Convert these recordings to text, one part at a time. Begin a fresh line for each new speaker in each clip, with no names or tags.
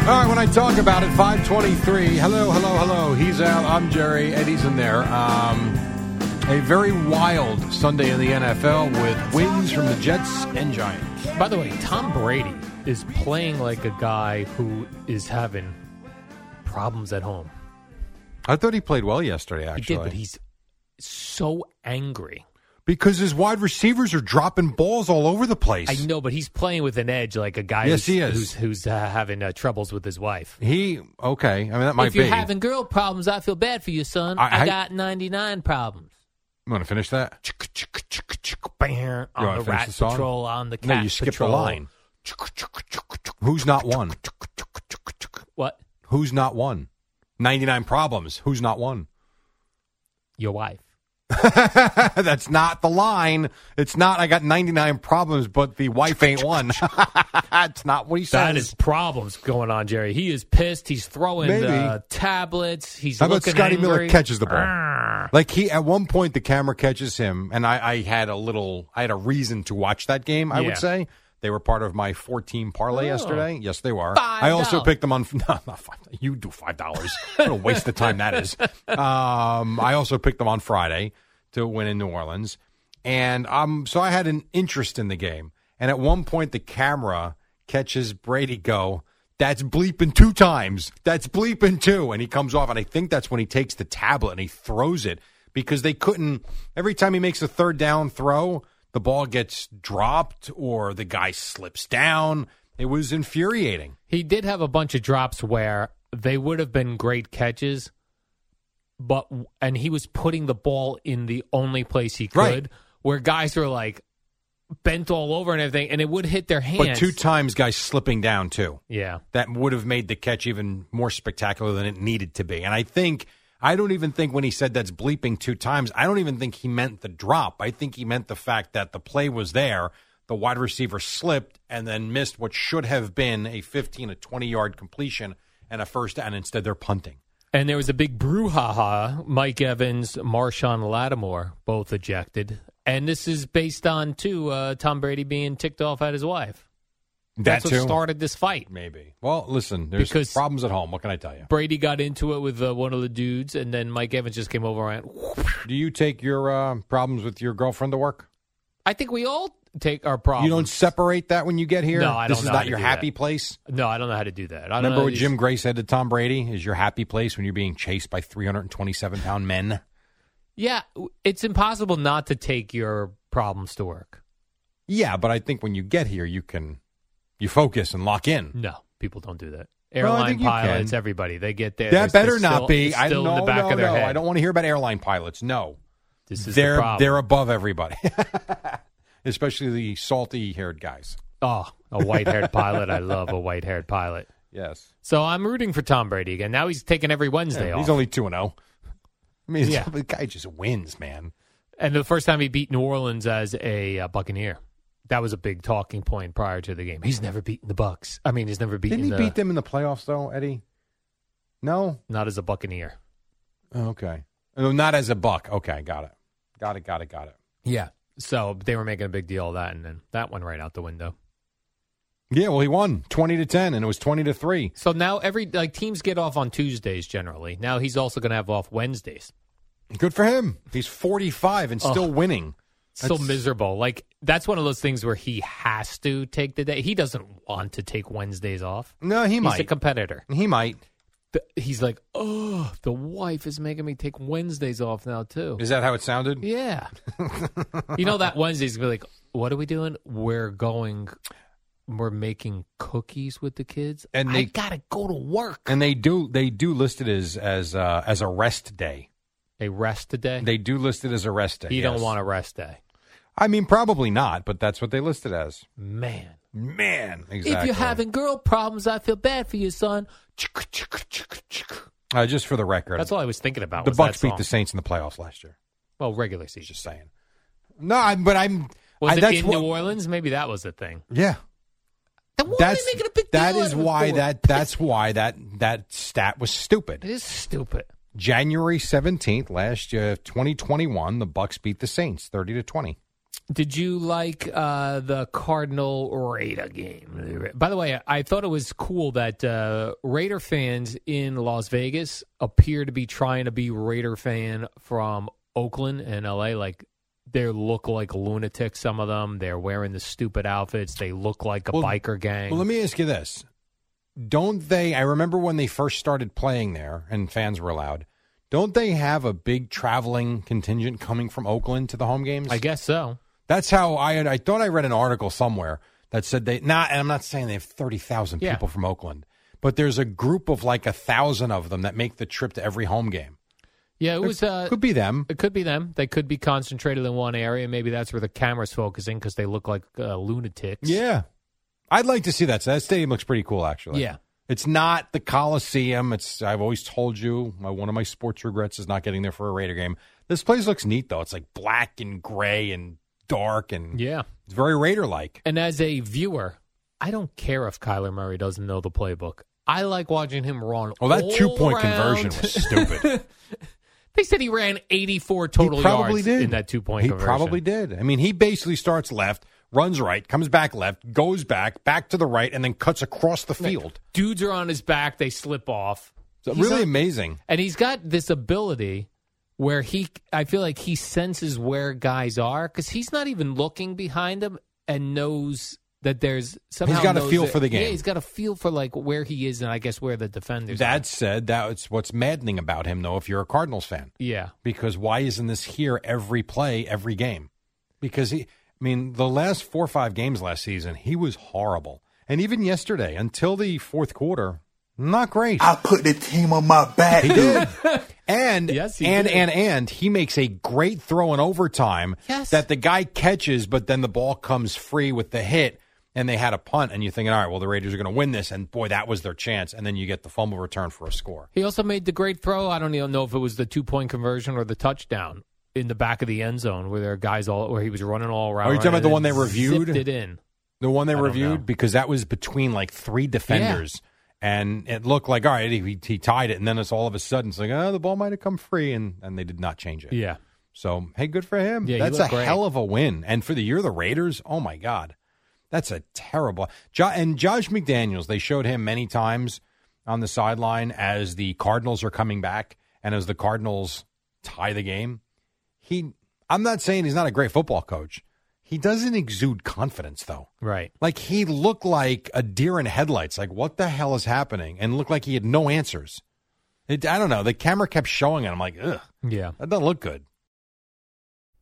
All right, when I talk about it, 523. Hello, hello, hello. He's out. I'm Jerry. Eddie's in there. Um, a very wild Sunday in the NFL with wins from the Jets and Giants.
By the way, Tom Brady is playing like a guy who is having problems at home.
I thought he played well yesterday,
He
actually.
did, but he's so angry.
because his wide receivers are dropping balls all over the place.
I know, but he's playing with an edge, like a guy
Yes,
who's
he is.
who's, who's uh, having uh, troubles with his wife.
He, okay. I mean, that might
if you're
be.
having girl problems, I feel bad for you, son.
I-
I,
I-
got 99 problems.
you want to finish that?
Bam,
You wanna
on the
finish
rat
the song?
patrol, on the cat
No, you skipped the
patrol.
line. Who's not one?
What?
Who's not one? 99 problems. Who's not one?
Your wife.
That's not the line. It's not. I got ninety nine problems, but the wife ain't one. it's not what he says.
That is problems going on, Jerry. He is pissed. He's throwing
Maybe.
uh, tablets. He's
How about
looking
Scotty
angry.
Miller catches the ball? Like he at one point the camera catches him, and I, I had a little, I had a reason to watch that game. I
Yeah.
would say they were part of my four team parlay
Oh.
yesterday. Yes, they were.
Five
I also
dollars.
picked them on. No, not five. You do five dollars. what a waste of time that is. Um, I also picked them on Friday to win in New Orleans, and um, so I had an interest in the game. And at one point, the camera catches Brady go. That's bleeping two times. That's bleeping two. And he comes off, and I think that's when he takes the tablet and he throws it because they couldn't. Every time he makes a third down throw, the ball gets dropped or the guy slips down. It was infuriating.
He did have a bunch of drops where they would have been great catches, but and he was putting the ball in the only place he could,
Right.
where guys were like bent all over and everything, and it would hit their hands.
But two times, guys slipping down too.
yeah,
That would have made the catch even more spectacular than it needed to be. And I think I don't even think when he said that's bleeping two times, I don't even think he meant the drop. I think he meant the fact that the play was there, the wide receiver slipped and then missed what should have been a 15 a 20 yard completion and a first down. Instead, they're punting.
and there was a big brouhaha. Mike Evans, Marshawn Lattimore, both ejected, and this is based on too uh, Tom Brady being ticked off at his wife. That's what started this fight.
Maybe. Well, listen, there's
Because-
problems at home. What can I tell you?
Brady got into it with uh, one of the dudes, and then Mike Evans just came over and
Do you take your uh, problems with your girlfriend to work?
I think we all take our problems.
You don't separate that when you get here.
No, I
this
don't
is
know how
not
to
your
do
happy
that.
place.
No, I don't know how to do that. I don't
Remember
know
what
these-
Jim Gray said to Tom Brady? Is your happy place when you're being chased by 327 pound men?
Yeah, w- it's impossible not to take your problems to work.
Yeah, but I think when you get here, you can you focus and lock in.
No, people don't do that.
Well, I
Airline
think you
pilots,
can.
everybody, they get there.
That
there's- there's
better
still-
not be.
it's
I
still
no,
in the back
no,
of their
no.
head.
I don't want to hear about airline pilots. No,
This is
they're
the problem.
they're above everybody, especially the salty haired guys.
oh, a white-haired pilot. I love a white-haired pilot.
Yes,
So I'm rooting for Tom Brady again. Now he's taking every Wednesday
Yeah,
off.
he's only two and zero. I mean,
Yeah.
the guy just wins, man.
and the first time he beat New Orleans as a uh, Buccaneer. That was a big talking point prior to the game. He's never beaten the Bucks. I mean, he's never beaten
Didn't he
the,
beat them in the playoffs though, Eddie? No,
not as a Buccaneer.
Oh, Okay. No, not as a buck. Okay, got it. Got it, got it, got it.
Yeah. So they were making a big deal of that, and then that went right out the window.
Yeah, well he won 20 to 10 and it was 20 to 3.
So now every like teams get off on Tuesdays generally. Now he's also going to have off Wednesdays.
Good for him. He's 45 and still
Ugh.
winning.
So
That's-
miserable. Like that's one of those things where he has to take the day. He doesn't want to take Wednesdays off.
No, he
he's a
might.
competitor.
he might.
the, he's like, oh, the wife is making me take Wednesdays off now too.
Is that how it sounded?
Yeah. you know that Wednesday's gonna be like, what are we doing? We're going we're making cookies with the kids.
And
I
they-
gotta go to work.
And they do they do list it as as uh, as a rest day.
a rest today.
They do list it as a rest day.
you don't
yes.
want a rest day.
I mean, probably not, but that's what they list it as.
Man.
Man, exactly.
If you're having girl problems, I feel bad for you, son.
uh, just for the record,
That's all I was thinking about.
the
was
Bucks
that
beat the
song.
Saints in the playoffs last year.
Well, regular season.
Just saying. No, I'm, but I'm.
Was
I,
it
that's
in
what-
New Orleans? Maybe that was the thing.
Yeah,
Then why are
that's
they making a big
that
deal
is
out of it
why
for?
that that's why that that stat was stupid.
It is stupid.
January seventeenth last year, twenty twenty one, the Bucks beat the Saints thirty to twenty.
Did you like uh, the Cardinal Raider game? By the way, I thought it was cool that uh, Raider fans in Las Vegas appear to be trying to be Raider fan from Oakland and LA. Like they look like lunatics. Some of them they're wearing the stupid outfits. They look like a
Well,
biker gang.
Well, let me ask you this: Don't they? I remember when they first started playing there, and fans were allowed. Don't they have a big traveling contingent coming from Oakland to the home games?
I guess so.
That's how I I thought I read an article somewhere that said they not and I'm not saying they have 30,000
Yeah.
people from Oakland, but there's a group of like a 1,000 of them that make the trip to every home game.
Yeah, it was. Uh,
could be them.
It could be them. They could be concentrated in one area. Maybe that's where the camera's focusing because they look like uh, lunatics.
Yeah. I'd like to see that. So that stadium looks pretty cool actually.
Yeah.
It's not the Coliseum. It's I've always told you my one of my sports regrets is not getting there for a Raider game. This place looks neat though. It's like black and gray and dark and
Yeah.
it's very Raider like.
And as a viewer, I don't care if Kyler Murray doesn't know the playbook. I like watching him run.
Well, Oh, that
all
two point
around.
conversion was stupid.
they said he ran 84 total
he probably
yards
did.
in that two point
He
conversion.
probably did. I mean, he basically starts left, runs right, comes back left, goes back, back to the right, and then cuts across the field.
Dudes are on his back. They slip off.
So
He's
really
a-
amazing.
And he's got this ability where he, I feel like he senses where guys are because he's not even looking behind him and knows that there's somehow
got a
knows
feel
that-
for the
Yeah,
game.
he's got a feel for like where he is and I guess where the defenders. are.
That said, that's what's maddening about him, though, if you're a Cardinals fan,
yeah.
because why isn't this here every play, every game? Because he, I mean, the last four or five games last season, he was horrible. And even yesterday, until the fourth quarter, not great.
I put the team on my back.
He did. And
Yes, he
and
did.
and and he makes a great throw in overtime
Yes.
that the guy catches, but then the ball comes free with the hit, and they had a punt, and you're thinking, all right, well, the Raiders are going to win this, and boy, that was their chance, and then you get the fumble return for a score.
He also made the great throw. I don't even know if it was the two point conversion or the touchdown in the back of the end zone where there are guys all where he was running all around.
Are you talking about the
and
one they
then
reviewed?
zipped it in.
The one they
I don't
reviewed
know.
because that was between like three defenders, and it looked like all right, he, he tied it, and then it's all of a sudden it's like oh, the ball might have come free, and and they did not change it.
Yeah.
So hey, good for him.
Yeah, you
that's a
look great.
hell of a win. And for the year, of the Raiders. Oh my God, that's a terrible. Jo- and Josh McDaniels, they showed him many times on the sideline as the Cardinals are coming back and as the Cardinals tie the game. He, I'm not saying he's not a great football coach. He doesn't exude confidence though.
Right.
Like he looked like a deer in headlights. Like what the hell is happening? And looked like he had no answers. It, I don't know. The camera kept showing it. I'm like, ugh,
Yeah.
that doesn't look good.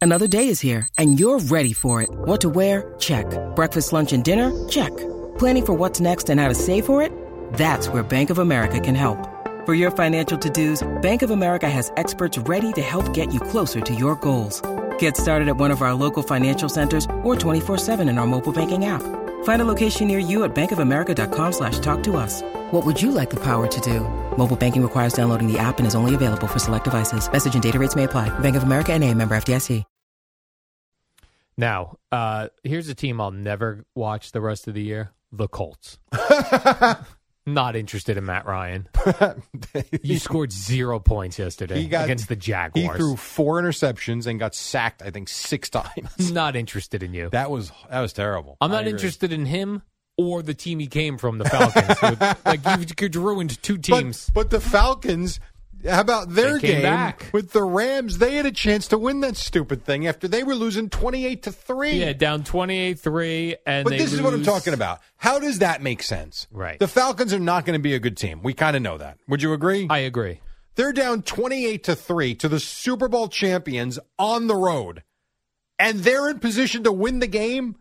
Another day is here, and you're ready for it. What to wear? Check. Breakfast, lunch, and dinner? Check. Planning for what's next and how to save for it? That's where Bank of America can help. For your financial to-dos, Bank of America has experts ready to help get you closer to your goals. Get started at one of our local financial centers or 24-7 in our mobile banking app. Find a location near you at bankofamerica.com slash talk to us. What would you like the power to do? Mobile banking requires downloading the app and is only available for select devices. Message and data rates may apply. Bank of America and a member FDIC.
Now, uh, here's a team I'll never watch the rest of the year the Colts. Not interested in Matt Ryan. You scored zero points yesterday
He got-
against the
He
Jaguars.
threw four interceptions and got sacked, I think, six times.
Not interested in you.
that was that was terrible.
I'm
I
not
agree.
interested in him or the team he came from, the Falcons. With- like you could ruined two
But-
teams.
But, the Falcons How about their
They came
game
back.
with the Rams? They had a chance to win that stupid thing after they were losing twenty-eight to three.
Yeah, down 28-3 and
But
they
this is what I'm
lose-
talking about. How does that make sense?
Right.
The Falcons are not going to be a good team. We kind of know that. Would you agree?
I agree.
They're down 28 to 3 to the Super Bowl champions on the road. And they're in position to win the game?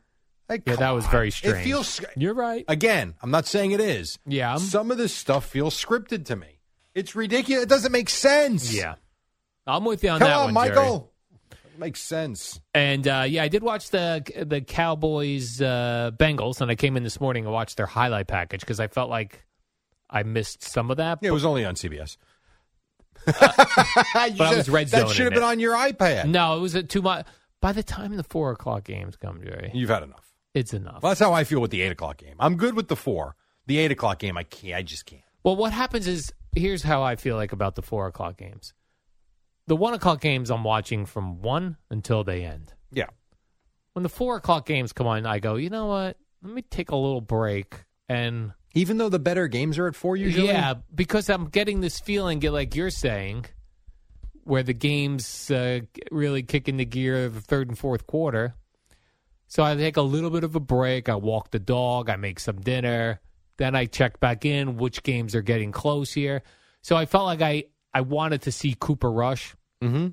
Like,
Yeah,
come
that was
on.
very strange.
It feels
You're right.
Again, I'm not saying it is.
Yeah.
Some of this stuff feels scripted to me. It's ridiculous. It doesn't make sense.
Yeah. I'm with you on
Come
that
on,
one, Jerry.
Michael. It makes sense.
And uh, yeah, I did watch the the Cowboys uh, Bengals, and I came in this morning and watched their highlight package because I felt like I missed some of that.
Yeah, it was only on CBS. You
but I
should-
was red
That
zoning
should have
it.
been on your iPad.
No, it was a too much. By the time the four o'clock games come, Jerry,
You've had enough.
it's enough.
Well, that's how I feel with the eight o'clock game. I'm good with the four. The eight o'clock game, I can't. I just can't.
Well, what happens is here's how I feel like about the four o'clock games. The one o'clock games I'm watching from one until they end.
Yeah.
When the four o'clock games come on, I go, you know what? Let me take a little break and
Even though the better games are at four usually.
yeah, because I'm getting this feeling, get- like you're saying, where the games uh, really kick into gear the third and fourth quarter. So I take a little bit of a break. I walk the dog. I make some dinner. Then I check back in which games are getting close here. So I felt like I, I wanted to see Cooper Rush.
Mm-hmm.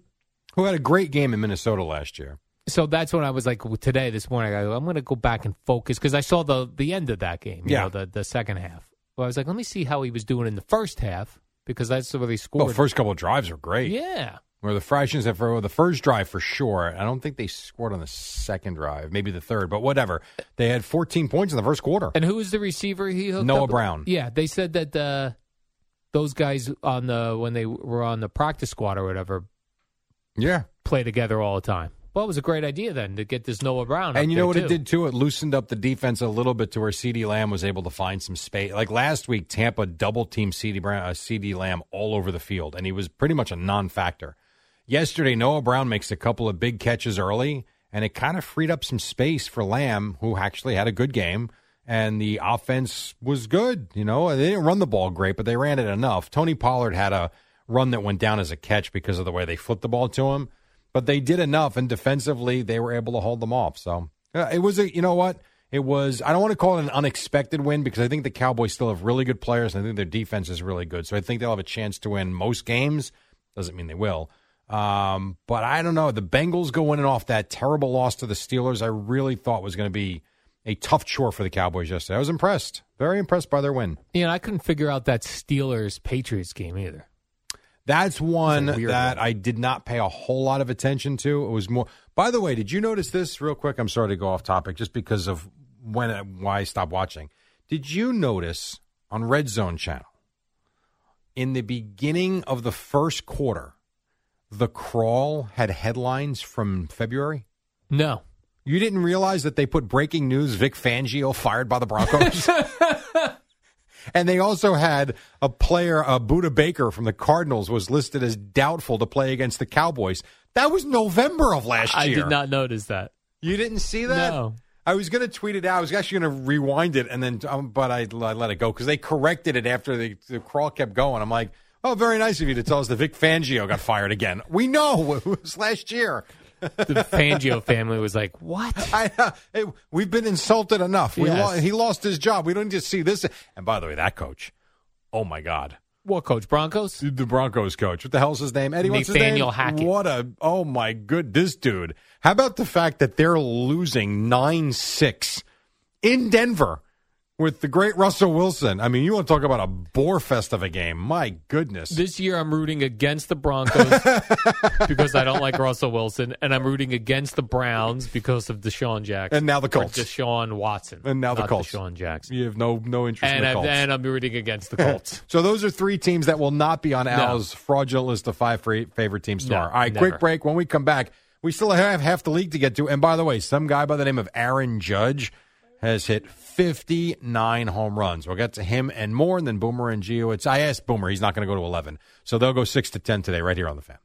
Who had a great game in Minnesota last year?
So that's when I was like well, today, this morning, I, go, I'm going to go back and focus because I saw the the end of that game. You
Yeah.
know, the the second half. Well, I was like, let me see how he was doing in the first half because that's where they scored.
Well, Oh, first couple of drives were great.
Yeah.
Where the Fractions have for the first drive for sure. I don't think they scored on the second drive, maybe the third, but whatever. They had 14 points in the first quarter.
And who was the receiver he hooked
Noah
up with?
Brown.
Yeah, they said that uh, those guys on the when they were on the practice squad or whatever
yeah.
play together all the time. Well, it was a great idea then to get this Noah Brown. up
And you know what it
there, too.
did too? It loosened up the defense a little bit to where CD Lamb was able to find some space. Like last week, Tampa double teamed CD Brown, uh, CD Lamb all over the field, and he was pretty much a non-factor. Yesterday, Noah Brown makes a couple of big catches early, and it kind of freed up some space for Lamb, who actually had a good game. And the offense was good. You know, they didn't run the ball great, but they ran it enough. Tony Pollard had a run that went down as a catch because of the way they flipped the ball to him but they did enough and defensively they were able to hold them off so uh, it was a you know what it was i don't want to call it an unexpected win because i think the cowboys still have really good players and i think their defense is really good so i think they'll have a chance to win most games doesn't mean they will um, but i don't know the bengals go in and off that terrible loss to the steelers i really thought was going to be a tough chore for the cowboys yesterday i was impressed very impressed by their win
You know, I couldn't figure out that Steelers Patriots game either.
That's one
It's a weird
that
one.
I did not pay a whole lot of attention to. It was more. By the way, did you notice this real quick? I'm sorry to go off topic, just because of when why I stopped watching. Did you notice on Red Zone Channel in the beginning of the first quarter, the crawl had headlines from February?
No,
You didn't realize that they put breaking news Vic Fangio fired by the Broncos? and they also had a player, uh, Buda Baker from the Cardinals, was listed as doubtful to play against the Cowboys. That was November of last
I
year.
did not notice that.
You didn't see that?
No.
I was going to tweet it out. I was actually going to rewind it, and then, um, but I, I let it go because they corrected it after the, the crawl kept going. I'm like, oh, very nice of you to tell us that Vic Fangio got fired again. We know it was last year.
The Fangio family was like, "What?"
I, uh, hey, we've been insulted enough. We
Yes.
lo- he lost his job. We don't need to see this. And by the way, that coach. Oh my God,
What, Coach Broncos?
the Broncos coach. What the hell's his name? Eddie. what's his
Nathaniel
name?
Hackett.
What a. Oh my good. This dude. How about the fact that they're losing nine six in Denver with the great Russell Wilson? I mean, you want to talk about a bore fest of a game? My goodness.
This year, I'm rooting against the Broncos because I don't like Russell Wilson, and I'm rooting against the Browns because of Deshaun Jackson.
And now the
Or
Colts.
Deshaun Watson.
And now the
not
Colts.
Deshaun Jackson.
you have no no interest
And,
in the
I'm,
Colts.
and I'm rooting against the Colts.
So those are three teams that will not be on Al's fraudulent list of five fra- favorite teams tomorrow.
No,
All right,
never.
quick break. When we come back, we still have half the league to get to. And by the way, some guy by the name of Aaron Judge has hit 59 home runs. We'll get to him and more, and then Boomer and Gio. It's I asked Boomer. He's not going to go to 11. So they'll go 6 to 10 today right here on the fan.